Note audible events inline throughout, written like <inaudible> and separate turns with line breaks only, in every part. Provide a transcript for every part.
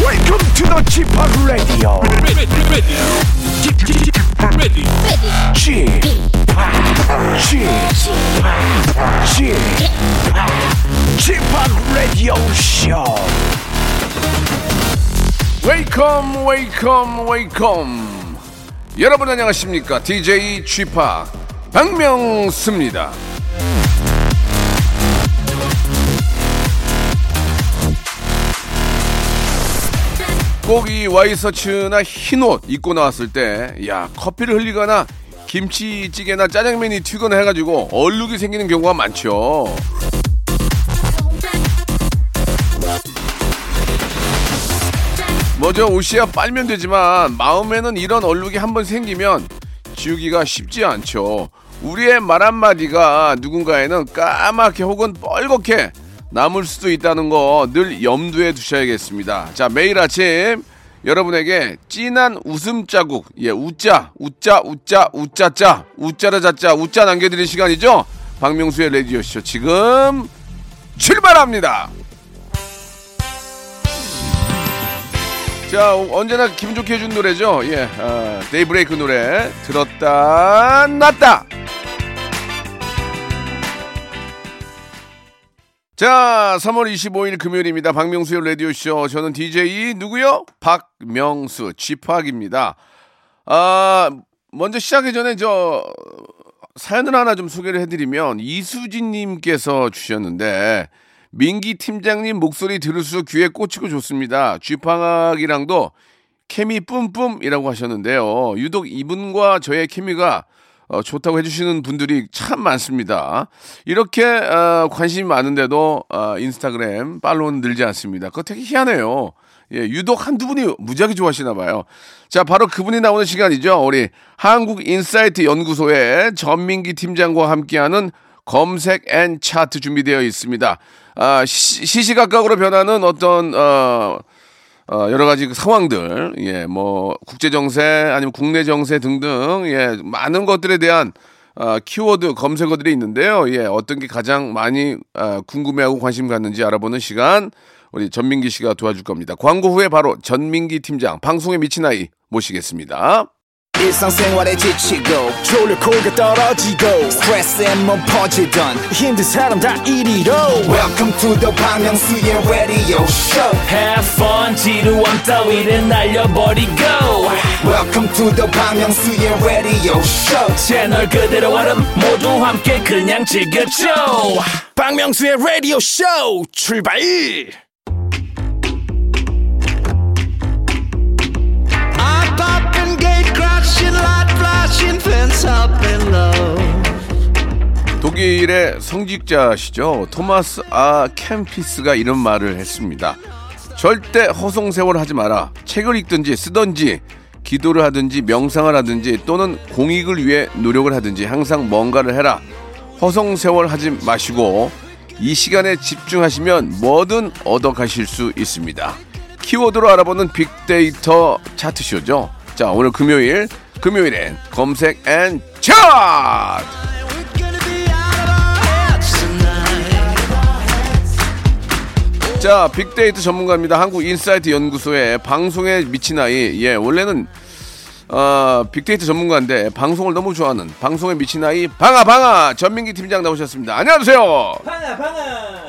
Welcome to the g p o p Radio.
ready, ready, ready, ready.
g p o p G p o p Radio Show.
웨이컴 웨이컴 웨이컴 여러분 안녕하십니까 DJ 쥐파 박명수입니다 꼭 이 와이셔츠나 흰옷 입고 나왔을 때 야 커피를 흘리거나 김치찌개나 짜장면이 튀거나 해가지고 얼룩이 생기는 경우가 많죠 뭐저 옷이야 빨면 되지만 마음에는 이런 얼룩이 한번 생기면 지우기가 쉽지 않죠. 우리의 말 한마디가 누군가에는 까맣게 혹은 뻘겋게 남을 수도 있다는 거 늘 염두에 두셔야겠습니다. 자, 매일 아침 여러분에게 진한 웃음 자국, 예, 웃자, 웃자, 웃자, 웃자자, 웃자라 자자, 웃자 남겨드릴 시간이죠. 박명수의 레디오쇼 지금 출발합니다. 자 어, 언제나 기분 좋게 해준 노래죠 예 아, 데이브레이크 노래 들었다 놨다 자 3월 25일 금요일입니다 박명수의 라디오쇼 저는 DJ 누구요 박명수 쥐팍입니다 아 먼저 시작하기 전에 저 사연을 하나 좀 소개를 해드리면 이수진님께서 주셨는데 민기 팀장님 목소리 들을수록 귀에 꽂히고 좋습니다. 쥐팡학이랑도 케미 뿜뿜이라고 하셨는데요. 유독 이분과 저의 케미가 어, 좋다고 해주시는 분들이 참 많습니다. 이렇게 어, 관심이 많은데도 어, 인스타그램 팔로우는 늘지 않습니다. 그거 되게 희한해요. 예, 유독 한두 분이 무지하게 좋아하시나 봐요. 자, 바로 그분이 나오는 시간이죠. 우리 한국 인사이트 연구소의 전민기 팀장과 함께하는 검색 앤 차트 준비되어 있습니다. 아, 시, 시시각각으로 변하는 어떤 어, 어, 여러 가지 그 상황들, 예, 뭐, 국제 정세, 아니면 국내 정세 등등, 예, 많은 것들에 대한 아, 키워드 검색어들이 있는데요. 예, 어떤 게 가장 많이 아, 궁금해하고 관심 갖는지 알아보는 시간, 우리 전민기 씨가 도와줄 겁니다. 광고 후에 바로 전민기 팀장, 방송에 미친 아이 모시겠습니다.
일상생활에 지치고, 졸려 코가 떨어지고, 스트레스에 몸 퍼지던, 힘든 사람 다 이리로. welcome to the Bang Myung-soo's radio show
Have fun 지루한 따위를 날려버리고
welcome to the Bang Myung-soo's radio show
채널 그대로 얼음 모두 함께 그냥 즐겨줘
박명수의 라디오 쇼 출발.
Hot popping, gate crashing, light flashing, fence hopping low.
독일의 성직자시죠. 토마스 아 캠피스가 이런 말을 했습니다. 절대 허송세월 하지 마라. 책을 읽든지 쓰든지 기도를 하든지 명상을 하든지 또는 공익을 위해 노력을 하든지 항상 뭔가를 해라. 허송세월 하지 마시고 이 시간에 집중하시면 뭐든 얻어가실 수 있습니다. 키워드로 알아보는 빅데이터 차트쇼죠. 자 오늘 금요일 금요일엔 검색 앤 차트!
We're gonna be out of our heads tonight.
자, 빅데이터 전문가입니다. 한국 인사이트 연구소의 방송에 미친 아이. 예, 원래는 어, 빅데이터 전문가인데 방송을 너무 좋아하는 방송에 미친 아이 방아 방아 전민기 팀장 나오셨습니다. 안녕하세요.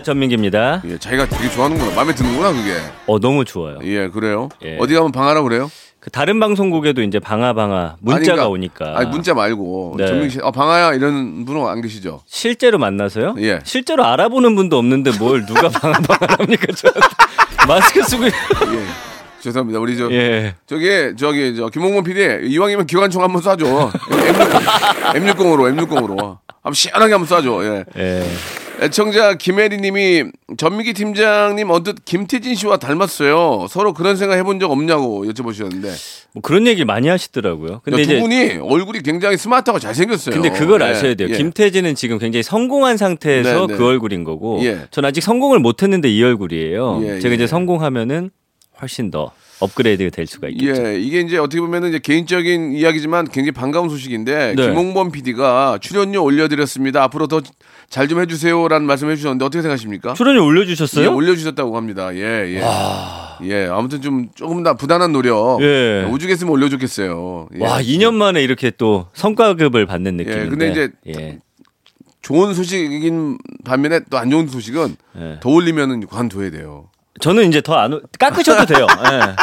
전민기입니다.
예, 자기가 되게 좋아하는구나. 마음에 드는구나, 그게.
어 너무 좋아요.
예, 그래요.
예.
어디 가면 방아라 그래요?
그 다른 방송국에도 이제 방아 방아 문자가
아니, 그러니까-
오니까
아니, 문자 말고
네.
전민기 씨, 어, 방아야 이런 분은 안 계시죠?
실제로 만나서요?
예.
실제로 알아보는 분도 없는데 뭘 누가 방아 방아 합니까? 저 <laughs> 마스크 쓰고
<laughs> 예. 죄송합니다. 우리 저
예.
저기 저기 저 김홍범 PD 이왕이면 기관총 한번 쏴줘. M, M60으로 M60으로 한번 시원하게 한번 쏴줘. 예.
예.
애청자 김혜리님이 전민기 팀장님 언뜻 김태진 씨와 닮았어요. 서로 그런 생각 해본 적 없냐고 여쭤보셨는데
뭐 그런 얘기 많이 하시더라고요. 근데
두
이제
분이 얼굴이 굉장히 스마트하고 잘생겼어요.
근데 그걸
예,
아셔야 돼요.
예.
김태진은 지금 굉장히 성공한 상태에서
네, 네.
그 얼굴인 거고,
예.
전 아직 성공을 못했는데 이 얼굴이에요.
예,
제가
예.
이제 성공하면은 훨씬 더 업그레이드 될 수가 있겠죠.
예, 이게 이제 어떻게 보면은 이제 개인적인 이야기지만 굉장히 반가운
네.
소식인데 김홍범 PD가 출연료 올려드렸습니다. 앞으로 더 잘 좀 해주세요라는 말씀해 주셨는데 어떻게 생각하십니까?
출연료
예,
올려주셨어요?
올려주셨다고 합니다. 예, 예. 예, 아무튼 좀 조금 더 부단한 노력.
예.
오죽했으면 올려줬겠어요. 예.
와, 2년 만에 이렇게 또 성과급을 받는 느낌인데.
근데 이제
예.
좋은 소식인 반면에 또 안 좋은 소식은
예.
더 올리면은 관둬야 돼요.
저는 이제 더 안
<laughs>
깎으셔도 돼요. 예.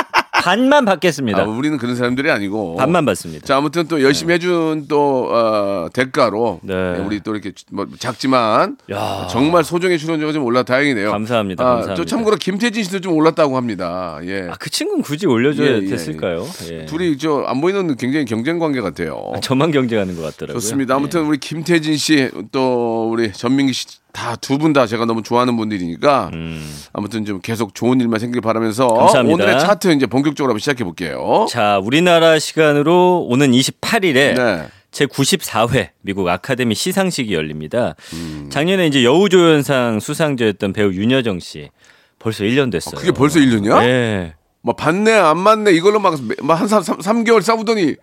반만 받겠습니다.
아, 우리는 그런 사람들이 아니고.
반만 받습니다.
자, 아무튼 또 열심히 해준 또 어, 대가로
네.
네, 우리 또 이렇게 뭐 작지만
야.
정말 소정의 출연료가 좀 올라 다행이네요.
감사합니다,
아,
감사합니다.
저 참고로 김태진 씨도 좀 올랐다고 합니다. 예.
아, 그 친구는 굳이 올려줘야
예, 예,
됐을까요? 예.
둘이 저 안 보이는 굉장히 경쟁 관계 같아요.
저만 경쟁하는 것 같더라고요. 예.
좋습니다. 아무튼 우리 김태진 씨 또 우리 전민기 씨 다 두 분 다 제가 너무 좋아하는 분들이니까 아무튼 좀 계속 좋은 일만 생길 바라면서
음. 감사합니다.
오늘의 차트 이제 본격적으로 한번 시작해 볼게요.
예. 자, 우리나라 시간으로 오는 28일에
네.
제 94회 미국 아카데미 시상식이 열립니다.
음.
작년에 이제 여우조연상 수상자였던 배우 윤여정 씨 벌써 1년 됐어요.
아, 그게 벌써 1년이야?
예.
막 봤네 안 맞네 이걸로 막한 삼, 삼, 삼개월 싸우더니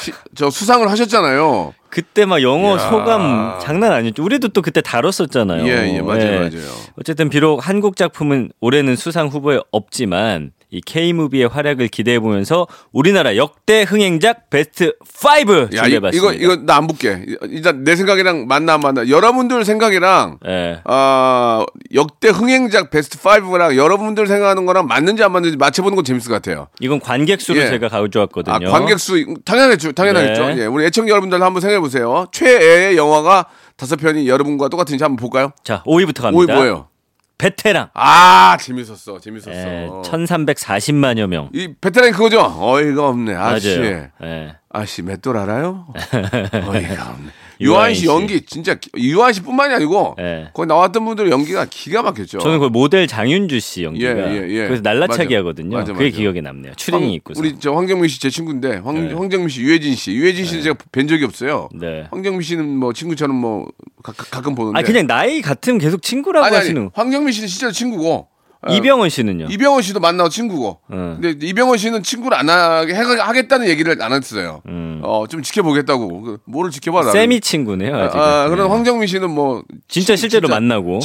시- 저 수상을 하셨잖아요.
그때 막 영어
이야.
소감 장난 아니었죠. 우리도 또 그때 다뤘었잖아요.
예, 예, 맞아요, 맞아요.
어쨌든 비록 한국 작품은 올해는 수상 후보에 없지만 이 K무비의 활약을 기대해 보면서 우리나라 역대 흥행작 베스트 5
야, 이,
준비해 봤습니다.
이거 이거 나 안 붙게. 이- 일단 내 생각이랑 맞나 안 맞나. 여러분들 생각이랑
예.
아, 역대 흥행작 베스트 5랑 여러분들 생각하는 거랑 맞는지 안 맞는지 맞춰보는 건 재밌을 것 같아요.
이건 관객 수로
예.
제가 가져왔거든요.
아, 관객 수 당연하죠, 당연하겠죠.
네.
예, 우리 애청 자 여러분들 한번 생각해 보세요. 최애의 영화가 다섯 편이 여러분과 똑같은지 한번 볼까요?
자, 5위부터 갑니다.
오이 뭐예요?
베테랑.
아, 재밌었어, 재밌었어.
예, 1340만여 명.
이 베테랑이 그거죠? 어이가 없네. 아씨.
맞아요. 예.
아씨
<laughs>
맷돌 알아요? 어이가 없네.
유아인
유아인
씨.
씨 연기 진짜 기- 유아인 씨뿐만이 아니고
예.
거기 나왔던 분들 연기가 기가 막혔죠.
저는 그 모델 장윤주 씨 연기가
예, 예, 예.
그래서 날라차기
맞아.
하거든요.
맞아,
그게
맞아.
기억에 남네요.
황-
추링이 있고서.
우리 저 황정민 씨 제 친구인데 황,
네.
황정민 씨, 유해진 씨, 유해진 씨는 제가 뵌 적이 없어요.
네.
황정민 씨는 뭐 친구처럼 뭐 가, 끔 보는데.
아 그냥 나이 같으면 계속 친구라고
아니, 아니,
하시는 네.
황정민 씨는 진짜 친구고 어,
이병헌 씨는요.
이병헌 씨도 만나고 친구고.
음.
근데 이병헌 씨는 친구를 안 하게 해- 하겠다는 얘기를 안 했어요.
음.
어, 좀 지켜보겠다고. 그, 뭐를 지켜봐.
세미 친구네요. 아직.
아, 그런 황정민 씨는 뭐
진짜
시-
실제로
진짜
만나고.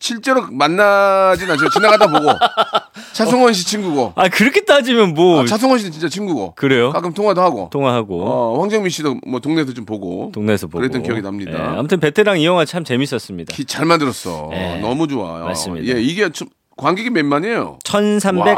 실제로 만나진 않죠. 지나가다
<laughs>
보고 차승원 씨 친구고.
아 그렇게 따지면 뭐
아, 차승원 씨는 진짜 친구고.
그래요?
가끔 통화도 하고.
통화하고
어, 황정민 씨도 뭐 동네에서 좀 보고.
동네에서 보고.
그랬던 기억이 납니다.
예, 아무튼 베테랑 이 영화 참 재밌었습니다.
기- 잘 만들었어.
예.
너무 좋아요.
맞습니다.
예, 이게 좀 관객이 몇 만이에요?
1341만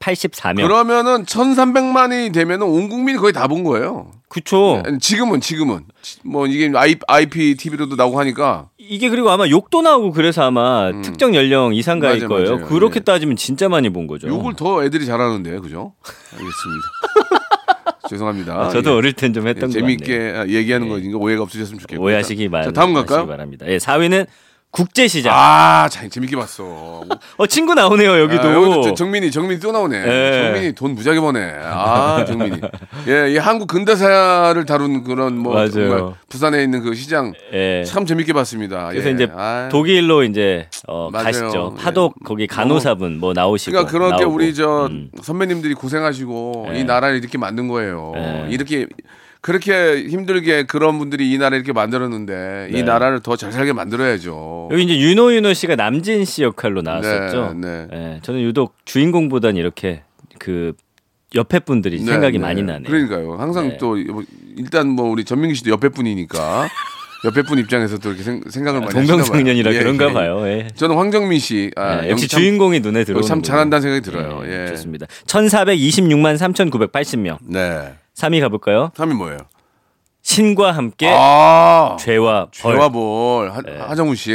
4484명.
그러면은 1,300만이 되면은 온 국민이 거의 다 본 거예요.
그쵸.
아니, 지금은 지금은 지- 뭐 이게 I, IPTV로도 나오고 하니까
이게 그리고 아마 욕도 나오고 그래서 아마 특정 연령 이상가일
음. 맞아요,
거예요.
맞아요.
그렇게
예.
따지면 진짜 많이 본 거죠.
욕을 더 애들이 잘하는데 그죠? 알겠습니다.
<laughs>
죄송합니다.
아, 저도
예.
어릴 땐 좀 했던 것 같네요. 예.
재미있게 얘기하는 거니까 오해가 없으셨으면 좋겠고
오해하시기 마-
자, 다음 갈까요?
마시기 바랍니다. 예, 4위는 국제시장.
아, 참 재밌게 봤어.
어 친구 나오네요 여기도.
아, 여기도 저- 정민이 정민이 또 나오네.
예.
정민이 돈 무지하게 버네. 아, 정민이. 예, 이 한국 근대사를 다룬 그런
<laughs>
뭐
맞아요.
정말 부산에 있는 그 시장
예.
참 재밌게 봤습니다.
그래서
예.
이제
아유.
독일로 이제 어,
맞아요.
가시죠.
예.
파독 거기 간호사분 뭐 나오시고.
그러니까 그렇게
나오고.
우리 저
음.
선배님들이 고생하시고
예.
이 나라를 이렇게 만든 거예요.
예.
이렇게 그렇게 힘들게 그런 분들이 이 나라를 이렇게 만들었는데
네.
이 나라를 더 잘 살게 만들어야죠.
여기 이제 윤호 윤호 씨가 남진 씨 역할로 나왔었죠.
네,
예, 저는 유독 주인공보단 이렇게 그 옆에 분들이
네,
생각이
네.
많이 나네요.
그러니까요. 항상
네.
또 뭐, 일단 뭐 우리 전민기 씨도 옆에
<laughs>
분이니까 옆에 분 입장에서 또 이렇게 생, 각을 많이
동병상련이라
하시나 봐요. 예,
그런가
예.
봐요. 예.
저는 황정민 씨 아,
예, 역시
참-
주인공이 눈에 들어오는
참 잘한다는 생각이 들어요. 예.
좋습니다. 1,426만 3,980명.
네.
3위 가볼까요?
3위 뭐예요?
신과 함께
아.
죄와 벌.
죄와 볼 하,
네.
하정우 씨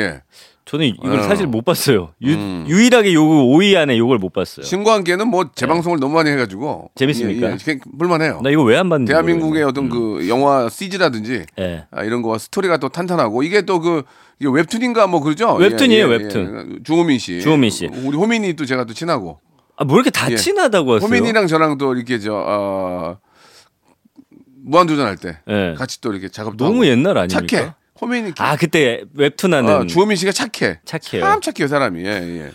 저는 이걸
어. 음.
사실 못 봤어요. 유, 일하게 요거 5위 안에 요걸 못 봤어요.
신과 함께는 뭐 재방송을 너무 많이 해가지고
네. 재밌습니까? 네.
예, 예, 그냥 볼만해요.
나 이거 왜 안 봤는지.
대한민국의
모르겠네.
어떤 그 영화 시즈라든지
예.
아, 이런 거와 스토리가 또 탄탄하고 이게 또 그 웹툰인가 뭐 그러죠? 예.
웹툰이에요, 웹툰.
주호민 씨.
주호민 씨.
우리 호민이 또 제가 또 친하고.
아, 뭐 이렇게 다
예.
친하다고 하세요?
호민이랑 저랑 또 이렇게 저 어, 무한도전 할 때
예.
같이 또 이렇게 작업도
너무
하고.
옛날 아닙니까?
착해. 호민이
아 그때 웹툰 하는
어, 주호민 씨가 착해.
착해요.
참 착해요 사람이. 예, 예.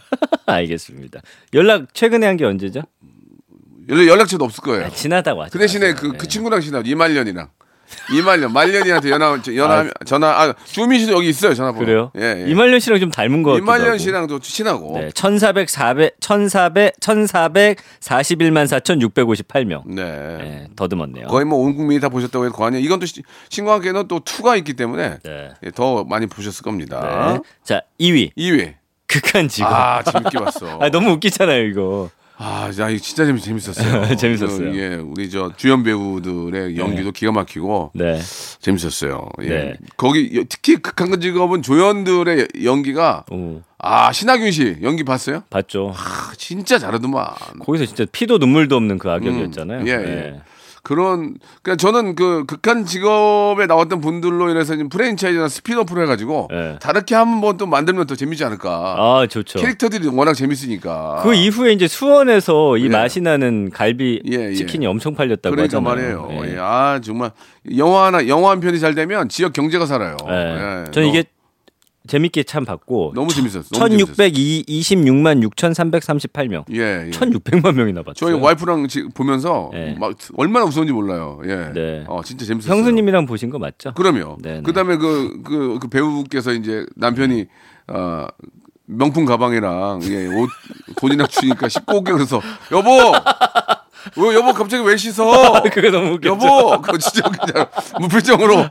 알겠습니다. 연락 최근에 한 게 언제죠?
연락 연락처도 없을 거예요.
아, 지나다고 네. 하죠.
그 대신에 그, 그 친구랑 친하 이말년이랑 이말년 말년이한테 연하 연하 전화 아 주민 씨도 여기 있어요 전화번호.
래요
예, 예.
이말년 씨랑 좀 닮은 거 같기도
이말년
하고.
씨랑도 친하고.
네,
네.
1400 400 1400 1441만 4658명. 네, 더듬었네요.
거의 뭐 온 국민이 다 보셨다고 해도 과언이 이건 또 시- 신과 함께는 또 투가 있기 때문에
네.
예, 더 많이 보셨을 겁니다.
네. 자, 2위.
2회.
극한 지구. <laughs> 아,
어? 아 재밌게 봤어.
너무 웃기잖아요, 이거.
아, 야, 이거 진짜 재밌,
<laughs>
재밌었어요.
재밌었어요.
그, 예, 우리 저 주연 배우들의 연기도 기가 막히고
네.
재밌었어요. 예.
네.
거기 여- 특히 극한 직업은 조연들의 연기가
오,
아 신하균 씨 연기 봤어요?
봤죠.
아, 진짜 잘하더만.
거기서 진짜 피도 눈물도 없는 그 악역이었잖아요.
음, 예, 예.
네.
그런 그러니까 저는 그 극한 직업에 나왔던 분들로 인해서 지금 프랜차이즈나 스피드업으로 해가지고
네.
다르게 한번 또 만들면 더 재밌지 않을까.
아, 좋죠.
캐릭터들이 워낙 재밌으니까.
그 이후에 이제 수원에서 이
아. 예.
맛이 나는 갈비
예, 예.
치킨이 엄청 팔렸다고
그러니까
하잖아요. 네.
말이에요. 예, 아 정말 영화 하나 영화 한 편이 잘 되면 지역 경제가 살아요.
예.
예,
저는 이게
너-
재밌게 참 봤고
너무 재밌었어. 너무 재밌었어.
1626만 6338명.
예, 예.
1600만 명이나 봤죠.
저희 와이프랑 지금 보면서
예.
막 얼마나 무서운지 몰라요. 예.
네.
어 진짜 재밌었어요.
형수님이랑 보신 거 맞죠?
그럼요.
네네.
그다음에 그, 그, 그 배우께서 이제 남편이 어, 명품 가방이랑 예, 옷 <laughs> 돈이나 주니까 씻고 오게 그래서 여보, 왜 여보 갑자기 왜 씻어?
<laughs> 그게 너무 웃겼죠.
여보, 그거 진짜 웃기잖아. 무표정으로.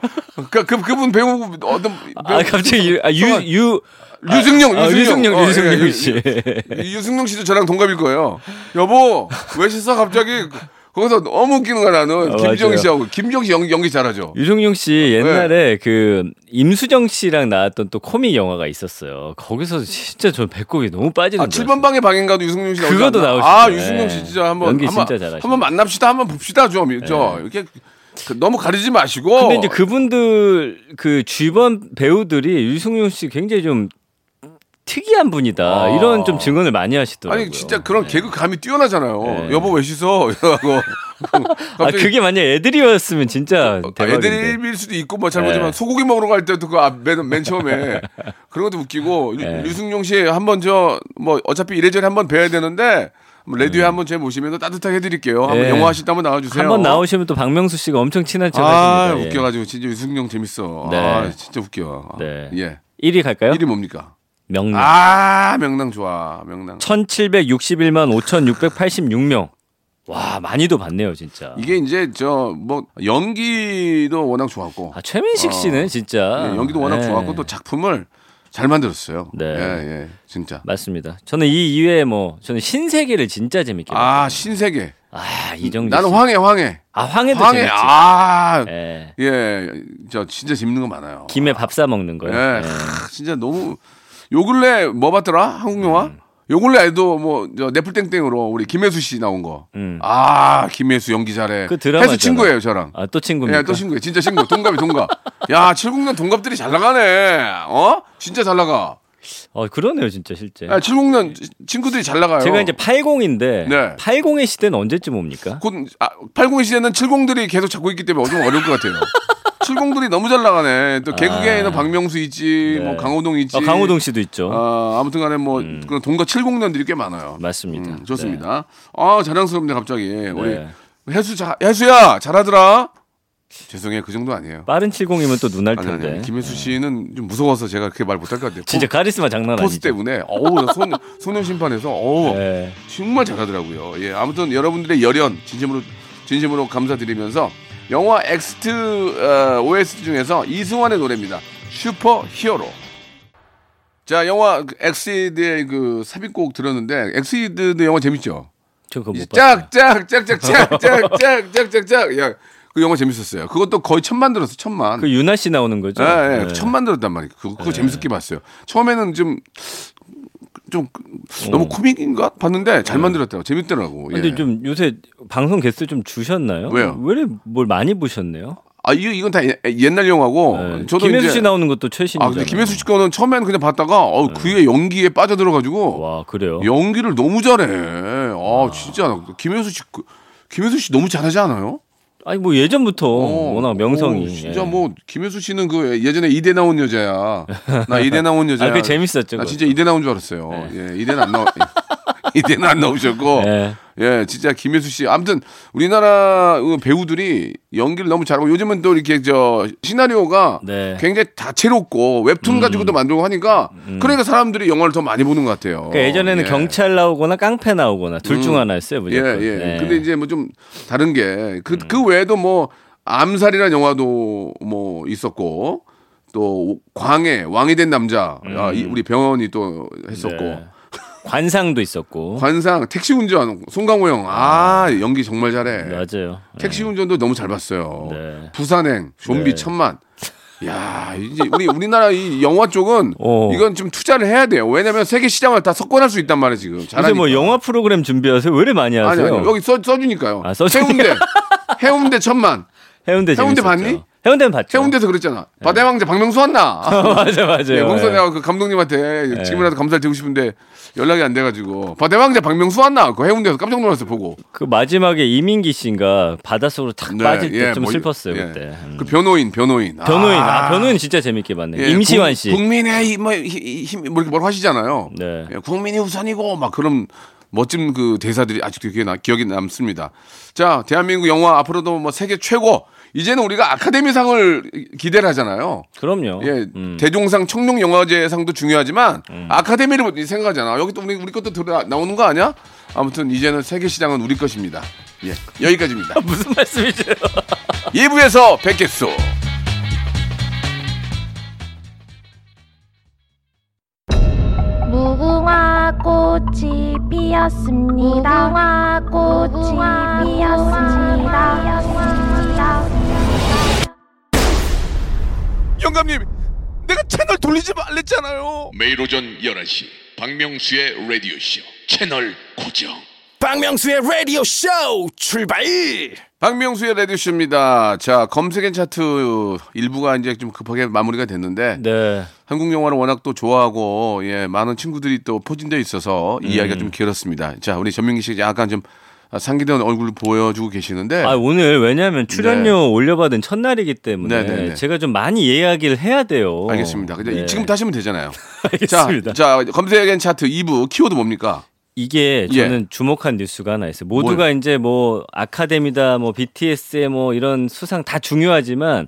그, 그, 그분 배우, 어떤,
아 갑자기 유, 아, 유, 유
유승용,
아,
유승용,
유승용,
어,
유승용
예, 예,
씨.
이- 유승용 씨도 저랑 동갑일 거예요. 여보, 왜 씻어 갑자기? 거기서 너무 웃기는 거야, 나는.
어,
김정희
맞아요. 예,
씨하고. 김정희 씨 연기, 연기 잘하죠.
유승용
네.
씨 옛날에 그 임수정 씨랑 나왔던 또 코믹 영화가 있었어요. 거기서 진짜 전 배꼽이 너무 빠지는
아,
거예요.
7번 방의 방인가도 유승용 씨 나오지
그것도
않나?
나오시죠.
아,
네.
유승용 씨 진짜 한번
연기
한번,
진짜 잘하시네.
한번 만납시다. 한번 봅시다. 좀. 저 이렇게 그- 너무 가리지 마시고.
근데 이제 그분들 그 주변 배우들이 유승용 씨 굉장히 좀 특이한 분이다
아.
이런 좀 증언을 많이 하시더라고요.
아니 진짜
예.
그런 개그감이 뛰어나잖아요.
네.
여보 왜 씻어? <laughs> 이러고.
아
갑자기 어,
그게 만약 애드리였으면 진짜 대박인데.
애드립일 뭐 수도 있고 뭐 잘못하면
네.
소고기 먹으러 갈 때도 그맨 맨
<laughs>
처음에 그런 것도 웃기고 유-
네.
유승용 씨 한번 저 뭐 어차피 이래저래 한번 뵈야 되는데 한번 라디오에 한번 제 모시면 따뜻하게 해드릴게요. 한번
네.
영화 하실 때 한번 나와주세요.
음. 한번 나오시면 또 박명수 씨가 엄청 친한
아,
척하십니다. 예.
웃겨가지고 진짜 유승용 재밌어.
네.
아, 진짜 웃겨. 아,
네. 음.
예.
1위 갈까요?
1위 뭡니까?
명량.
아, 명랑 좋아. 명랑.
1761만 5686명. 와, 많이도 봤네요, 진짜.
이게 이제 저 뭐 연기도 워낙 좋았고
아, 최민식 씨는 진짜
예, 연기도 워낙
네.
좋았고 또 작품을 잘 만들었어요.
네.
예, 예. 진짜.
맞습니다. 저는 이 이외에 뭐 저는 신세계를 진짜 재밌게 봤어요.
아, 신세계.
아, 이정재
나는
씨.
황해, 황해.
아, 황해도
황해.
재밌지.
아.
예.
예. 저 진짜 재밌는 거 많아요.
김에 밥 사 먹는 거요.
예.
예.
하, 진짜 너무 요 근래 뭐 봤더라? 한국 영화?
음.
요 근래에도 뭐저 네플땡땡으로 우리 김혜수 씨 나온 거.
음.
아, 김혜수 연기 잘해.
그 드라마
혜수 친구예요, 저랑.
아, 또 친구입니까?
예, 또 친구예요. 진짜 친구. 동갑이 동갑. 야, 70년 동갑들이 잘 나가네. 어? 진짜 잘 나가.
어, 그러네요, 진짜 실제.
야, 70년 친구들이 잘 나가요.
제가 이제 80인데
네.
80의 시대는 언제쯤 옵니까?
곧 아, 80의 시대는 70들이 계속 잡고 있기 때문에 좀 어려울 것
<laughs>
같아요. 70들이 너무 잘 나가네. 또 개그계에는 박명수 있지, 뭐 강호동 있지.
아. 어, 강호동 씨도 음. 있죠.
아, 아무튼 간에 뭐 그런 동갑 70년들이 꽤 많아요.
네. 맞습니다.
음, 좋습니다. 아, 자랑스럽네 갑자기. 우리
네.
해수 자, 해수야 잘하더라. 죄송해요. 그 정도 아니에요.
빠른 70이면 또 눈 날
아니, 아니,
텐데. 네.
아니. 김혜수 씨는 좀 무서워서 제가 그렇게 말 못할 것 같아요.
진짜 카리스마 장난
포, 포스
아니죠.
때문에 뭐. 어우 나 손, <laughs> 소년 심판에서 어우
예.
정말 잘하더라고요. 예, 아무튼 여러분들의 열연 진심으로 진심으로 감사드리면서 영화 엑스트 어, OST 중에서 이승환의 노래입니다. 슈퍼 히어로. 자, 영화 엑스이드의 그 삽입곡 들었는데 엑스이드도 영화 재밌죠?
저거 못 봤어요.
짝짝짝짝짝짝짝짝짝짝짝. 야, 그 영화 재밌었어요. 그것도 거의 천만 들었어. 천만.
그 유나 씨 나오는 거죠?
예, 예.
네.
천만 들었단 말이에요. 그거, 그거 재밌게 봤어요. 처음에는 좀, 좀 그, 너무 코믹인가 봤는데 잘 만들었더라고. 재밌더라고. 예.
네. 근데 좀 요새 방송 개수 좀 주셨나요?
왜요?
왜 이렇게 뭘 많이 보셨네요?
아, 이거, 이건 다 예- 옛날 영화고.
네.
아, 저도
김혜수
이제-
씨 나오는 것도
아,
최신이잖아요. 네.
근데 김혜수 씨 거는 처음에는 그냥 봤다가 어, 그의 연기에 빠져들어가지고
와 그래요?
연기를 너무 잘해. 아, 진짜 김혜수 씨, 그- 김혜수 씨 너무 잘하지 않아요?
아니 뭐 예전부터 워낙 명성이.
어.
예.
오, 진짜 뭐 김혜수 씨는 그 예전에 이대 나온 여자야. 나 이대 나온
<laughs>
여자야.
아, 그 재밌었죠,
나
그거.
진짜 이대 나온 줄 알았어요.
네.
예, 이대는 안 나오. <laughs> 이대는 안 나오셨고.
예.
예, 진짜 김혜수 씨. 아무튼 우리나라 그 배우들이 연기를 너무 잘하고 요즘은 또 이렇게 저 시나리오가
네. 음.
굉장히 다채롭고 웹툰 가지고도 만들고 하니까 그러니까 사람들이 영화를 더 많이 보는 것 같아요.
그러니까 예전에는
예.
경찰 나오거나 깡패 나오거나 둘 중 하나였어요
예,
무조건.
예.
네. 음.
근데 이제 뭐 좀 다른 게 그 그 외에도 뭐 암살이라는 영화도 뭐 있었고 또 광해 왕이 된 남자 아, 이- 우리 병원이 또 했었고
음. 네. 관상도 있었고.
관상 택시 운전 송강호 형 아 연기 정말 잘해
예, 맞아요.
택시 운전도 너무 잘 봤어요
네.
부산행 좀비
네.
천만 야 이제 우리 우리나라 이 영화 쪽은
어.
이건 좀 투자를 해야 돼요 왜냐면 세계 시장을 다 석권할 수 있단 말이에요 지금
요새 뭐
잘하니까.
영화 프로그램 준비하세요? 왜 이렇게 많이
아니
하세요?
아니 여기 써 써주니까요.
아, 써주니까. <laughs>
해운대 해운대 천만
해운대
해운대
재밌었죠.
봤니?
해운대는 봤죠.
해운대에서 그랬잖아. 바다의 왕자 박명수 왔나?
<laughs> 네. 맞아 맞아요. 네.
예,
예.
봉선이하고 그 감독님한테 지금이라도 감사를 드리고 싶은데 연락이 안 돼가지고 바다의 왕자 박명수 왔나? 그 해운대에서 깜짝 놀랐어 보고.
그 마지막에 이민기 씨인가 바닷속으로 탁
네,
빠질 때
예,
좀
뭐,
슬펐어요
예.
그때. 음.
그 변호인 변호인.
변호인 아, 변호인 진짜 재밌게 봤네.
예,
임시완
국-
씨.
국민의 힘, 뭐, 히- 힘, 뭐 이렇게 뭘 하시잖아요.
네.
예, 국민이 우선이고 막 그런 멋진 그 대사들이 아직도 기억에, 나- 기억에 남습니다. 자, 대한민국 영화 앞으로도 뭐 세계 최고. 이제는 우리가 아카데미상을 기대를 하잖아요.
그럼요.
예,
음.
대종상 청룡 영화제상도 중요하지만 아카데미를 뭐 생각하잖아. 여기 또 우리 우리 것도 들어 나오는 거 아니야? 아무튼 이제는 세계 시장은 우리 것입니다. 예,
<laughs>
여기까지입니다.
무슨 말씀이세요?
2부에서 뵙겠소.
무궁화 꽃이 피었습니다. 무궁화 꽃이 피었습니다.
영감님, 내가 채널 돌리지 말랬잖아요.
매일 오전 11시 박명수의 라디오쇼 채널 고정
박명수의 라디오 쇼 출발.
박명수의 레디쇼입니다. 자, 검색엔 차트 일부가 이제 좀 급하게 마무리가 됐는데
네.
한국 영화를 워낙 또 좋아하고 예, 많은 친구들이 또 포진되어 있어서
음.
이 이야기가 좀 길었습니다. 자, 우리 전민기 씨 약간 좀 상기된 얼굴을 보여주고 계시는데
아 오늘 왜냐하면 출연료 올려받은 첫날이기 때문에
네, 네, 네.
제가 좀 많이 이야기를 해야 돼요.
알겠습니다. 근데
네. <laughs>
지금부터 하시면 되잖아요.
알겠습니다.
자, 자 검색엔 차트 2부 키워드 뭡니까?
이게
예.
저는 주목한 뉴스가 하나 있어요. 모두가
뭐요?
이제 뭐 아카데미다, 뭐 BTS의 뭐 이런 수상 다 중요하지만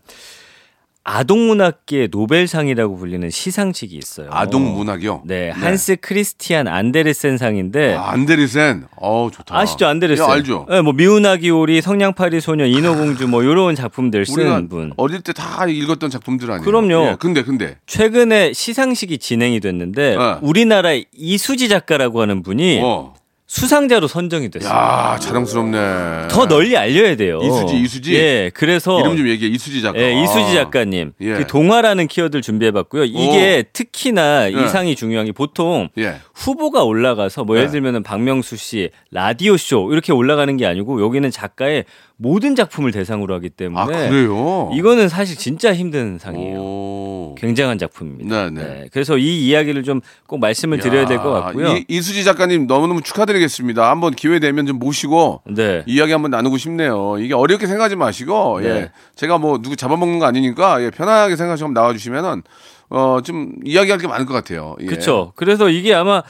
아동문학계의 노벨상이라고 불리는 시상식이 있어요.
아동 문학이요.
네, 한스 크리스티안 안데르센 상인데
아, 안데르센. 어, 좋다.
아시죠 안데르센?
예, 알죠.
네, 뭐 미운 아기 오리, 성냥팔이 소녀, 인어공주 뭐 이런 작품들
우리가
쓴 네, 분.
어릴 때 다 읽었던 작품들 아니에요?
그럼요.
예, 근데 근데
최근에 시상식이 진행이 됐는데
네.
우리나라 이수지 작가라고 하는 분이
어.
수상자로 선정이 됐어요.
야, 자랑스럽네.
더 널리 알려야 돼요.
이수지, 이수지?
예, 그래서
이름 좀 얘기해. 이수지 작가.
예, 이수지
아.
작가님.
예.
그 동화라는 키워드를 준비해봤고요. 이게 특히나 이 상이 중요한 게 보통
예.
후보가 올라가서 뭐
예.
예를 들면은 박명수 씨 라디오 쇼 이렇게 올라가는 게 아니고 여기는 작가의 모든 작품을 대상으로 하기 때문에
아, 그래요?
네. 이거는 사실 진짜 힘든 상이에요.
오.
굉장한 작품입니다.
네, 네.
그래서 이 이야기를 좀 꼭 말씀을 드려야 될 것
야,
같고요.
이, 이수지 작가님 너무너무 축하드리겠습니다. 한번 기회 되면 좀 모시고
네.
이야기 한번 나누고 싶네요. 이게 어렵게 생각하지 마시고
네.
예. 제가 뭐 누구 잡아먹는 거 아니니까 예, 편하게 생각하시고 한번 나와주시면은 어, 좀 이야기할 게 많을 것 같아요. 예.
그렇죠. 그래서 이게 아마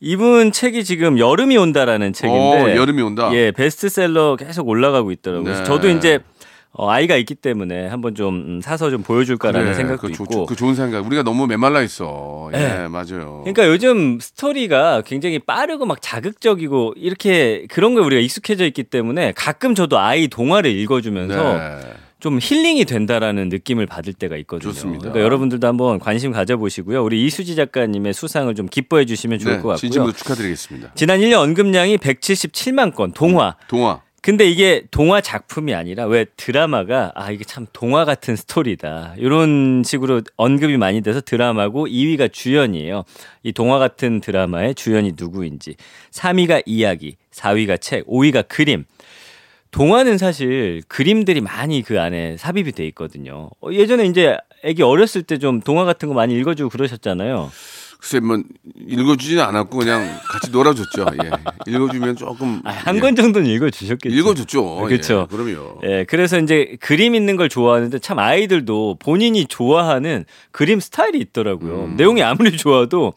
이분 책이 지금 여름이 온다라는 책인데
어, 여름이 온다.
예, 베스트셀러 계속 올라가고 있더라고요.
네.
그래서 저도 이제 어, 아이가 있기 때문에 한번 좀 음, 사서 좀 보여줄까라는
그래,
생각도
그 조-
있고. 네.
그 좋은 생각. 우리가 너무 메말라 있어. 예, 맞아요.
그러니까 요즘 스토리가 굉장히 빠르고 막 자극적이고 이렇게 그런 거에 우리가 익숙해져 있기 때문에 가끔 저도 아이 동화를 읽어주면서
네.
좀 힐링이 된다라는 느낌을 받을 때가 있거든요.
좋습니다.
그러니까 여러분들도 한번 관심 가져보시고요. 우리 이수지 작가님의 수상을 좀 기뻐해 주시면 좋을
네,
것 같고요.
진심으로 축하드리겠습니다.
지난 1년 언급량이 177만 건 동화.
동화.
근데 이게 동화 작품이 아니라 왜 드라마가 아 이게 참 동화 같은 스토리다 이런 식으로 언급이 많이 돼서 드라마고 2위가 주연이에요. 이 동화 같은 드라마의 주연이 누구인지 3위가 이야기, 4위가 책, 5위가 그림. 동화는 사실 그림들이 많이 그 안에 삽입이 돼 있거든요. 어, 예전에 이제 애기 어렸을 때 좀 동화 같은 거 많이 읽어주고 그러셨잖아요.
글쎄 뭐 읽어주지는 않았고 그냥 같이 놀아줬죠. 예. 읽어주면 조금
아,
예.
한 권 정도는 예. 읽어주셨겠죠.
읽어줬죠.
그렇죠.
예, 그럼요.
예, 그래서 이제 그림 있는 걸 좋아하는데 참 아이들도 본인이 좋아하는 그림 스타일이 있더라고요.
음.
내용이 아무리 좋아도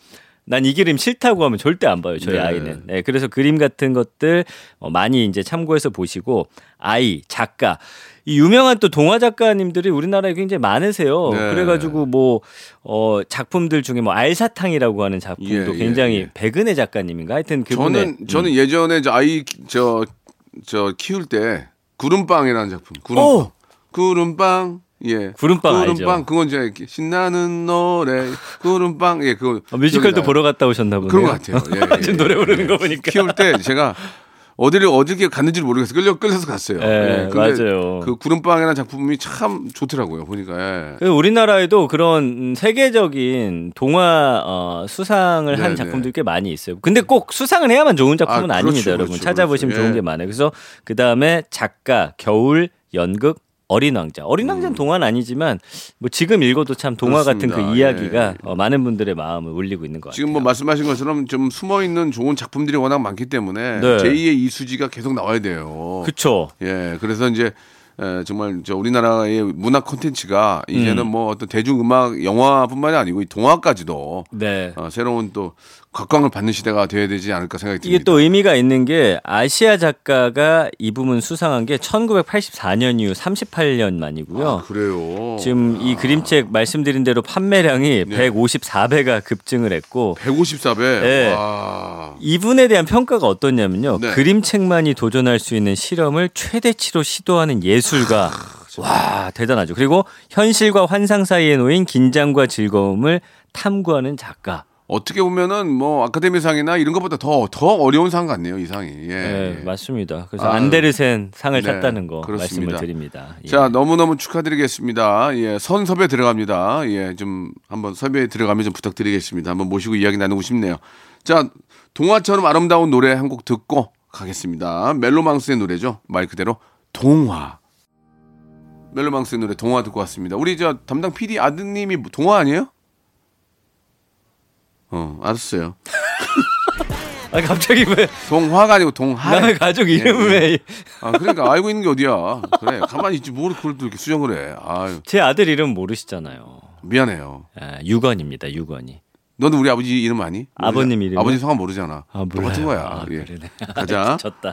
난 이 그림 싫다고 하면 절대 안 봐요, 저희
네.
아이는. 네, 그래서 그림 같은 것들 어, 많이 이제 참고해서 보시고 아이, 작가 이 유명한 또 동화 작가님들이 우리나라에 굉장히 많으세요.
네.
그래가지고 뭐 어, 작품들 중에 뭐 알사탕이라고 하는 작품도
예, 예,
굉장히
예.
백은혜 작가님인가 하여튼 그분의 음.
저는 저는 예전에 저 아이 저 저 키울 때 구름빵이라는 작품. 구름
오!
구름빵 예.
구름빵 알죠.
구름빵 그건 제가 이렇게 신나는 노래 구름빵 예 그거
어, 뮤지컬도
기억이 나요.
보러 갔다 오셨나 보네요.
그런 것 같아요. 예, 예,
<laughs> 지금
예.
노래 부르는 거 보니까.
키울 때 제가 어디를 어디게 갔는지 를 모르겠어요. 끌려 끌려서 갔어요.
예, 맞아요.
그 구름빵이라는 작품이 참 좋더라고요. 보니까 예.
그 우리나라에도 그런 음, 세계적인 동화 어, 수상을
네,
한
네.
작품들이 꽤 많이 있어요. 근데 꼭 수상을 해야만 좋은
아,
작품은
그렇죠,
아, 닙니다
그렇죠,
여러분. 찾아보시면
그렇죠.
좋은
예.
게 많아요. 그래서 그 다음에 작가, 겨울, 연극, 어린 왕자. 어린 왕자는 동화는 아니지만 뭐 지금 읽어도 참 동화 같은
음. 그렇습니다.
그 이야기가
예.
어, 많은 분들의 마음을 울리고 있는 것 같아요.
지금 뭐 말씀하신 것처럼 좀 숨어 있는 좋은 작품들이 워낙 많기 때문에
네.
제2의 이수지가 계속 나와야 돼요.
그쵸.
예, 그래서 이제 에, 정말 저 우리나라의 문화 콘텐츠가 이제는
음.
뭐 어떤 대중음악, 영화뿐만이 아니고 이 동화까지도
네.
어, 새로운 또 각광을 받는 시대가 돼야 되지 않을까 생각이 듭니다.
이게 또 의미가 있는 게 아시아 작가가 이 부분 수상한 게 1984년 이후 38년 만이고요.
아, 그래요.
지금 이 그림책 말씀드린 대로 판매량이
네.
154배가 급증을 했고
154배.
네.
와.
이분에 대한 평가가 어떠냐면요.
네.
그림책만이 도전할 수 있는 실험을 최대치로 시도하는 예술가.
아,
와, 대단하죠. 그리고 현실과 환상 사이에 놓인 긴장과 즐거움을 탐구하는 작가.
어떻게 보면은 뭐 아카데미상이나 이런 것보다 더 더 어려운 상 같네요, 이 상이. 예.
네, 맞습니다. 그래서
아유.
안데르센 상을
네,
탔다는 거
그렇습니다.
말씀을 드립니다. 예.
자, 너무너무 축하드리겠습니다. 예, 선섭에 들어갑니다. 예, 좀 한번 섭외에 들어가면 좀 부탁드리겠습니다. 한번 모시고 이야기 나누고 싶네요. 자, 동화처럼 아름다운 노래 한 곡 듣고 가겠습니다. 멜로망스의 노래죠. 말 그대로 동화. 멜로망스의 노래 동화 듣고 왔습니다. 우리 저 담당 PD 아드님이 뭐 동화 아니에요? 어, 알았어요.
아, 갑자기 왜
동화가 아니고 예, 동하.
남의 가족 이름에
아, 그러니까 알고 있는 게 어디야. 그래. 가만히 있지 모르 그걸 또 이렇게 수정을 해. 아유,
제 아들 이름 모르시잖아요.
미안해요.
아, 유건입니다. 유건이.
너는 우리 아버지 이름 아니? 모르잖아.
아버님 이름이요?
아버지 성함 모르잖아.
아, 몰라요.
똑같은 거야.
아,
예.
그러네. <laughs>
가자.
졌다.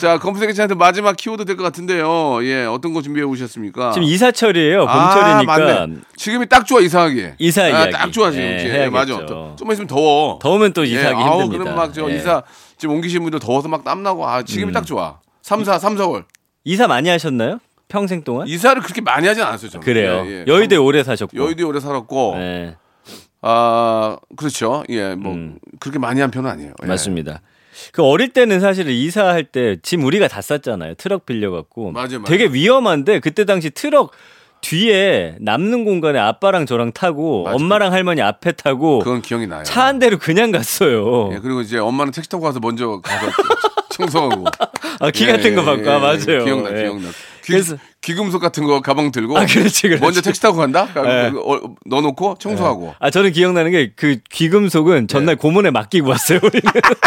자, 검색의 차한테 마지막 키워드 될 것 같은데요. 예, 어떤 거 준비해 오셨습니까?
지금 이사철이에요.
아,
봄철이니까
맞네. 지금이 딱 좋아 이사하게.
이사
아,
이야기.
딱 좋아 지금.
예,
예,
해야겠죠.
맞아. 또, 좀만 있으면 더워. 예,
더우면 또 이사하기
아우,
힘듭니다.
그럼 막저
예. 음.
이사 지금 옮기신 분들 더워서 막 땀나고 아, 지금이 딱 좋아. 3, 4, 3, 4월.
이사 많이 하셨나요? 평생 동안?
이사를 그렇게 많이 하진 않았어요, 저는.
그래요.
예, 예.
여의도에 오래 사셨고.
여의도에 오래 살았고
예,
아 그렇죠 예 뭐 그렇게 많이 한 편은 아니에요 예.
음. 맞습니다. 그 어릴 때는 사실 이사할 때 짐 우리가 다 쌌잖아요. 트럭 빌려갖고.
맞아요, 맞아요.
되게 위험한데 그때 당시 트럭 뒤에 남는 공간에 아빠랑 저랑 타고
맞아요.
엄마랑 할머니 앞에 타고
그건 기억이 나요
차 한 대로 그냥 갔어요.
예, 그리고 이제 엄마는 택시 타고 가서 먼저 가서
<laughs>
<laughs> 청소하고.
아, 기
예,
같은 거
예,
받고
예,
아,
예.
맞아요.
기억나,
예.
기억나. 귀,
그래서-
귀금속 같은 거 가방 들고.
아, 그렇지, 그렇지.
먼저 택시 타고 간다?
예.
어, 넣어놓고 청소하고.
아 저는 기억나는 게 그 귀금속은
네.
전날 고문에 맡기고 왔어요. 우리는.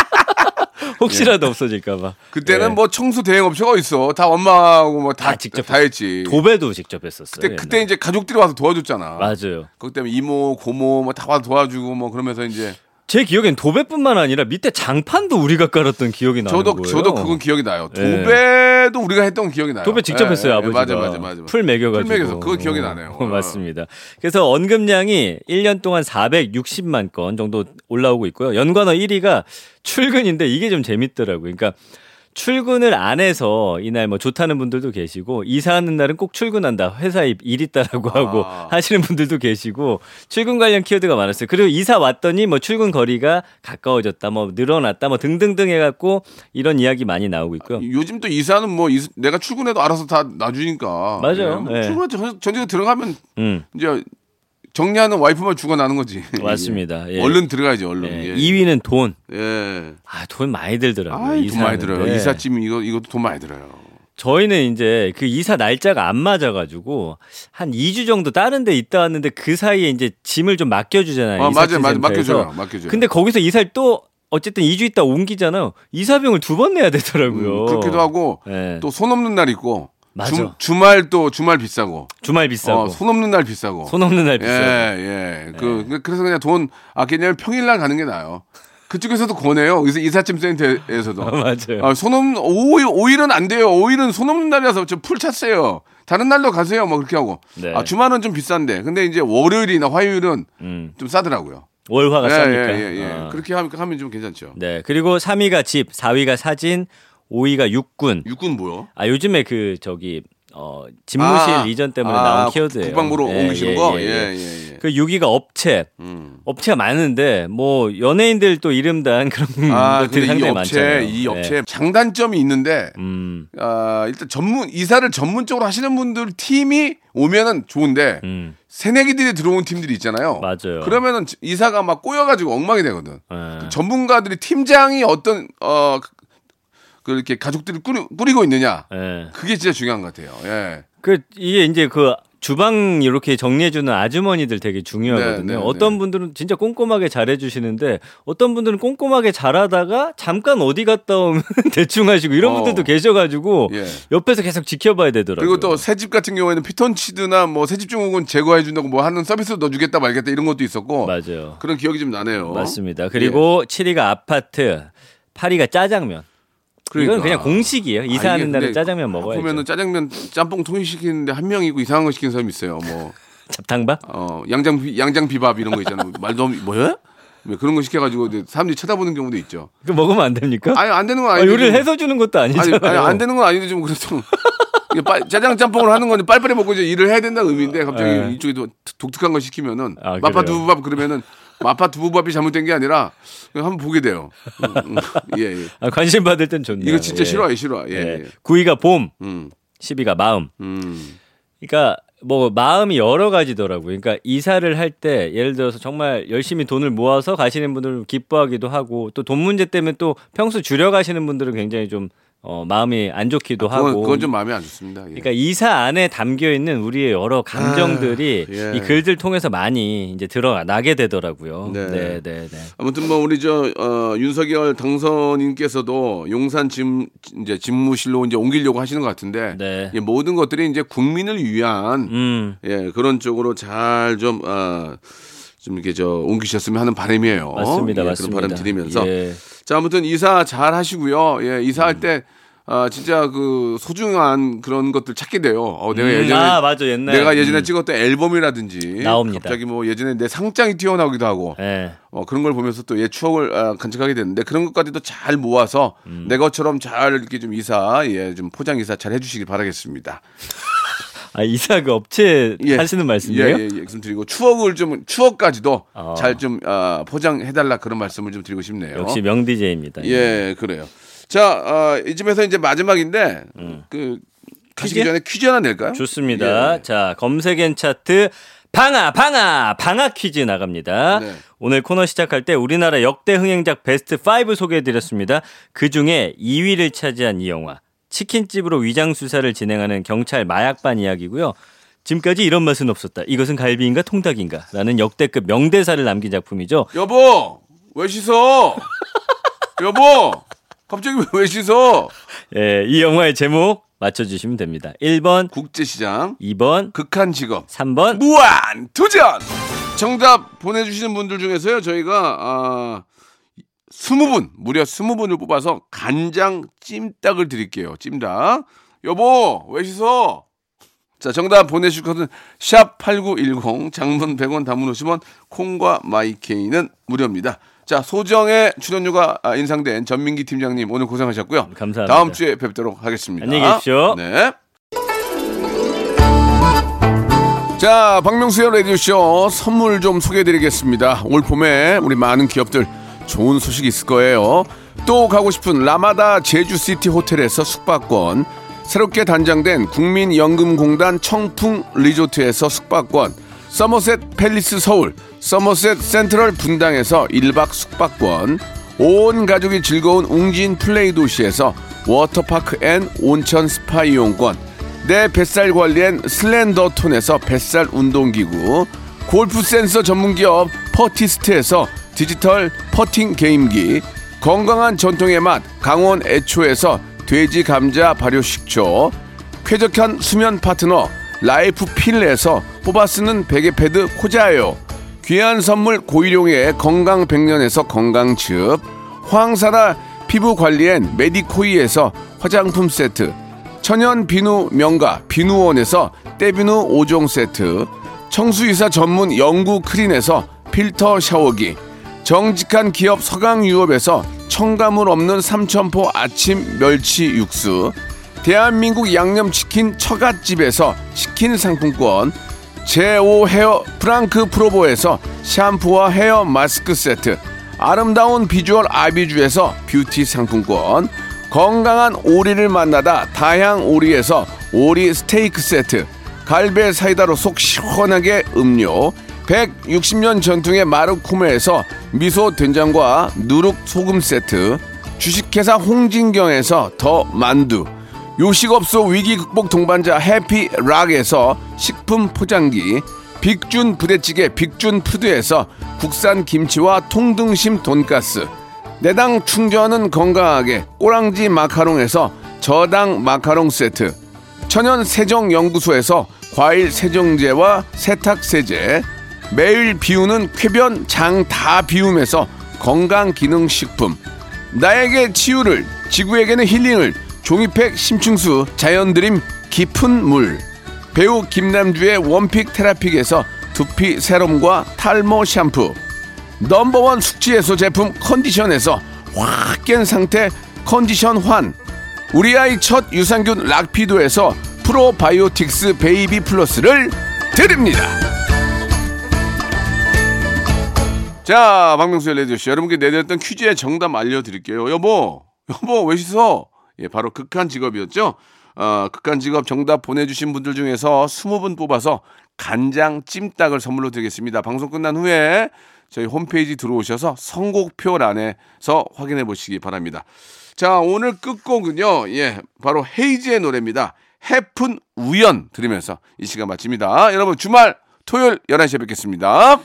<laughs> 혹시라도
예.
없어질까봐.
그때는
예.
뭐 청소 대행 업체가 있어. 다 엄마하고 뭐 다,
다 직접
다 했지.
도배도 직접 했었어요.
그때,
옛날에.
그때 이제 가족들이 와서 도와줬잖아.
맞아요.
그것 때문에 이모, 고모 뭐 다 와서 도와주고 뭐 그러면서 이제.
제 기억엔 도배뿐만 아니라 밑에 장판도 우리가 깔았던 기억이 나는
저도,
거예요.
저도 그건 기억이 나요.
예.
도배도 우리가 했던 기억이 나요.
도배 직접
예,
했어요
예,
아버지가.
맞아, 맞아, 맞아.
풀 매겨가지고.
풀 매겨서 그거 기억이
<laughs>
나네요.
어, 맞습니다. 그래서 언급량이 1년 동안 460만 건 정도 올라오고 있고요. 연관어 1위가 출근인데 이게 좀 재밌더라고요. 그러니까 출근을 안 해서 이날 뭐 좋다는 분들도 계시고 이사하는 날은 꼭 출근한다 회사 일 있다라고 하고
아.
하시는 분들도 계시고 출근 관련 키워드가 많았어요. 그리고 이사 왔더니 뭐 출근 거리가 가까워졌다 뭐 늘어났다 뭐 등등등 해갖고 이런 이야기 많이 나오고 있고요.
예. 요즘 또 아, 이사는 뭐 이사- 내가 출근해도 알아서 다 놔주니까
맞아요.
뭐
예.
출근할 때 전- 전쟁에 들어가면
음.
이제 정리하는 와이프만 죽어 나는 거지.
<laughs> 맞습니다. 예.
얼른 들어가야지 얼른.
예.
예.
2위는 돈.
예.
아, 돈 많이 들더라고요.
아이, 돈 많이
이사하는데. 예.
들어요. 이삿짐 이거 이것도 돈 많이 들어요.
저희는 이제 그 이사 날짜가 안 맞아가지고 한 2주 정도 다른 데 있다 왔는데 그 사이에 이제 짐을 좀 맡겨주잖아요.
아, 맞아요,
이삿짐
맞아요.
센터에서.
맡겨줘요. 맡겨줘요.
근데 거기서 이사를 또 어쨌든 2주 있다 옮기잖아요. 이사병을 두 번 내야 되더라고요.
음, 그렇기도 하고
예.
또 손 없는 날 있고
맞아.
주, 말또 주말 비싸고
주말 비싸고
어, 손 없는 날 비싸고
손 없는 날 비싸고.
예, 예.
네.
그, 그- 그래서 그냥 돈 아끼냐면 평일날 가는 게 나아요. 그쪽에서도 권해요. 그래서 이삿짐 센터에서도.
아, 맞아요.
아, 손 없는, 오일, 오일은 안 돼요. 오일은 손 없는 날이라서 좀풀 찼어요. 다른 날로 가세요. 뭐 그렇게 하고.
네.
아, 주말은 좀 비싼데. 근데 이제 월요일이나 화요일은
음.
좀 싸더라고요.
월화가
예,
싸니까.
예, 예, 예.
아.
그렇게 하면, 하면 좀 괜찮죠.
네. 그리고 3위가 집, 4위가 사진, 5위가 육군.
육군 뭐요?
아 요즘에 그 저기 어 집무실
아,
이전 때문에
아,
나온 키워드예요.
국방부로
예,
옮기시는
예,
거?
예,
예,
예.
예, 예.
그 6위가 업체.
음.
업체가 많은데 뭐 연예인들 또 이름단 음, 그런
아,
것들이
근데 이
상당히 많잖아요.
업체, 이
예.
업체 장단점이 있는데
음.
아, 일단 전문 이사를 전문적으로 하시는 분들 팀이 오면은 좋은데
음.
새내기들이 들어온 팀들이 있잖아요.
맞아요.
그러면은 지- 이사가 막 꼬여가지고 엉망이 되거든.
예.
그 전문가들이 팀장이 어떤 어 그- 그렇게 가족들을 꾸리, 꾸리고 있느냐.
예.
그게 진짜 중요한 것 같아요. 예.
그 이게 이제 그 주방 이렇게 정리해주는 아주머니들 되게 중요하거든요.
네, 네,
어떤
네.
분들은 진짜 꼼꼼하게 잘해주시는데 어떤 분들은 꼼꼼하게 잘하다가 잠깐 어디 갔다 오면 <laughs> 대충 하시고 이런
어.
분들도 계셔가지고
예.
옆에서 계속 지켜봐야 되더라고요.
그리고 또 새집 같은 경우에는 피톤치드나 뭐 새집 증후군 제거해 준다고 뭐 하는 서비스 넣어주겠다 말겠다 이런 것도 있었고
맞아요.
그런 기억이 좀 나네요.
맞습니다. 그리고
예.
7위가 아파트, 8위가 짜장면.
그러니까.
이건 그냥 공식이에요.
아, 이게
이사하는
근데
날에 짜장면 먹어야죠.
보면은 짜장면 짬뽕 통일시키는데 한 명이고 이상한 거 시키는 사람이 있어요. 뭐
잡탕밥?
어, 양장 양장 비밥 이런 거 있잖아요. 말도 뭐야? 왜 그런 거 시켜가지고 이제 사람들이 쳐다보는 경우도 있죠.
그 먹으면 안 됩니까?
아니 안 되는 건
아,
아니죠.
요리를 해서 주는 것도
아니,
아니잖아요.
아니, 안 되는 건 아닌데 좀 그래서 이게 빨- 짜장 짬뽕을 하는 건데 빨리빨리 먹고 이제 일을 해야 된다는 의미인데 갑자기
예.
이쪽에 또 독특한 거 시키면은
아, 그래요?
마파 두부밥 그러면은 마파 두부밥이 잘못된 게 아니라 그냥 한번 보게 돼요. 음, 음. 예,
<laughs>
예.
<laughs> 아, 관심 받을 땐 좋네요.
이거 진짜
예.
싫어요, 싫어. 예,
예.
예.
9위가 봄,
음,
10위가 마음.
음.
그러니까 뭐 마음이 여러 가지더라고요. 그러니까 이사를 할 때 예를 들어서 정말 열심히 돈을 모아서 가시는 분들은 기뻐하기도 하고 또 돈 문제 때문에 또 평소 줄여 가시는 분들은 굉장히 좀 어, 마음이 안 좋기도
아, 그건,
하고.
그건 좀 마음에 안 좋습니다. 예.
그러니까 이사 안에 담겨 있는 우리의 여러 감정들이
아, 예.
이 글들 통해서 많이 이제 드러나게 되더라고요.
네.
네, 네, 네.
아무튼 뭐 우리 저 어, 윤석열 당선인께서도 용산 집 이제 집무실로 이제 옮기려고 하시는 것 같은데
네.
이 모든 것들이 이제 국민을 위한
음.
예 그런 쪽으로 잘 좀좀 아, 좀 이렇게 저 옮기셨으면 하는 바람이에요.
맞습니다.
예,
맞습니다.
그런 바람 드리면서
예. 음.
자 아무튼 이사 잘 하시고요. 예 이사할 때 아, 진짜 그 소중한 그런 것들 찾게 돼요. 어, 내가
음,
예전에
아, 맞아. 옛날에.
내가 예전에
음.
찍었던 앨범이라든지
나옵니다.
갑자기 뭐 예전에 내 상장이 튀어나오기도 하고
예.
어, 그런 걸 보면서 또 예 추억을 아, 간직하게 됐는데 그런 것까지도 잘 모아서
음.
내 것처럼 잘 이렇게 좀 이사 예 좀 포장 이사 잘 해주시길 바라겠습니다.
아, 이사 그 업체
예.
하시는
예,
말씀이에요?
예, 예, 말씀드리고 추억을 좀 추억까지도
아.
잘 좀 포장해달라 그런 말씀을 좀 드리고 싶네요.
역시 명 DJ입니다.
예 그래요. 자 아, 이쯤에서 이제 마지막인데 그 가시기
음. 퀴즈?
전에 퀴즈 하나 낼까요?
좋습니다.
예.
자, 검색엔 차트 방아 방아 방아 퀴즈 나갑니다.
네.
오늘 코너 시작할 때 우리나라 역대 흥행작 베스트 5 소개해 드렸습니다. 그 중에 2위를 차지한 이 영화 치킨집으로 위장 수사를 진행하는 경찰 마약반 이야기고요. 지금까지 이런 맛은 없었다. 이것은 갈비인가 통닭인가라는 역대급 명대사를 남긴 작품이죠.
여보 왜 씻어?
<laughs>
여보 갑자기 왜 씻어?
예, 이 영화의 제목 맞춰 주시면 됩니다. 1번,
국제시장
2번,
극한 직업
3번.
무한 도전 정답 보내주시는 분들 중에서요 저희가 아, 20분 무려 20분을 뽑아서 간장 찜닭을 드릴게요 찜닭 여보 왜 씻어 자 정답 보내주실 것은 샵8910 장문 100원 단문 50원 콩과 마이케이는 무료입니다 자 소정의 출연료가 아, 인상된 전민기 팀장님 오늘 고생하셨고요
감사합니다.
다음 주에 뵙도록 하겠습니다
안녕히 계십시오.
네. 자, 박명수의 라디오쇼 선물 좀 소개해드리겠습니다. 올 봄에 우리 많은 기업들 좋은 소식 있을 거예요. 또 가고 싶은 라마다 제주시티 호텔에서 숙박권, 새롭게 단장된 국민연금공단 청풍 리조트에서 숙박권, 서머셋 팰리스 서울, 서머셋 센트럴 분당에서 일박 숙박권, 온 가족이 즐거운 웅진 플레이 도시에서 워터파크 앤 온천 스파 이용권, 내 뱃살 관리엔 슬렌더 톤에서 뱃살 운동기구, 골프 센서 전문기업 퍼티스트에서 디지털 퍼팅 게임기, 건강한 전통의 맛 강원 애초에서 돼지 감자 발효 식초, 쾌적한 수면 파트너 라이프 필에서 뽑아 쓰는 베개 패드 코자요, 귀한 선물 고일용의 건강 백년에서 건강즙, 황사라 피부 관리엔 메디코이에서 화장품 세트, 천연 비누 명가 비누원에서 때비누 5종 세트 청수이사 전문 영구 크린에서 필터 샤워기 정직한 기업 서강유업에서 첨가물 없는 삼천포 아침 멸치 육수 대한민국 양념치킨 처갓집에서 치킨 상품권 제오 헤어 프랑크 프로보에서 샴푸와 헤어 마스크 세트 아름다운 비주얼 아비주에서 뷰티 상품권 건강한 오리를 만나다 다향 오리에서 오리 스테이크 세트 갈배 사이다로 속 시원하게 음료 160년 전통의 마르코메에서 미소 된장과 누룩 소금 세트 주식회사 홍진경에서 더 만두 요식업소 위기 극복 동반자 해피락에서 식품 포장기, 빅준 부대찌개 빅준 푸드에서 국산 김치와 통등심 돈가스, 내당 충전은 건강하게 꼬랑지 마카롱에서 저당 마카롱 세트, 천연 세정 연구소에서 과일 세정제와 세탁 세제, 매일 비우는 쾌변 장 다 비움에서 건강 기능 식품. 나에게 치유를 지구에게는 힐링을 종이팩 심층수 자연드림 깊은 물 배우 김남주의 원픽 테라픽에서 두피 세럼과 탈모 샴푸 넘버원 숙취 해소 제품 컨디션에서 확 깬 상태 컨디션 환 우리 아이 첫 유산균 락피도에서 프로바이오틱스 베이비 플러스를 드립니다 자, 박명수의 레디오씨. 여러분께 내드렸던 퀴즈의 정답 알려드릴게요. 여보, 여보, 왜 씻어? 예, 바로 극한 직업이었죠. 어, 극한 직업 정답 보내주신 분들 중에서 20분 뽑아서 간장 찜닭을 선물로 드리겠습니다. 방송 끝난 후에 저희 홈페이지 들어오셔서 선곡표란에서 확인해 보시기 바랍니다. 자, 오늘 끝곡은요. 예, 바로 헤이즈의 노래입니다. 해픈 우연 들으면서 이 시간 마칩니다. 여러분 주말 토요일 11시에 뵙겠습니다.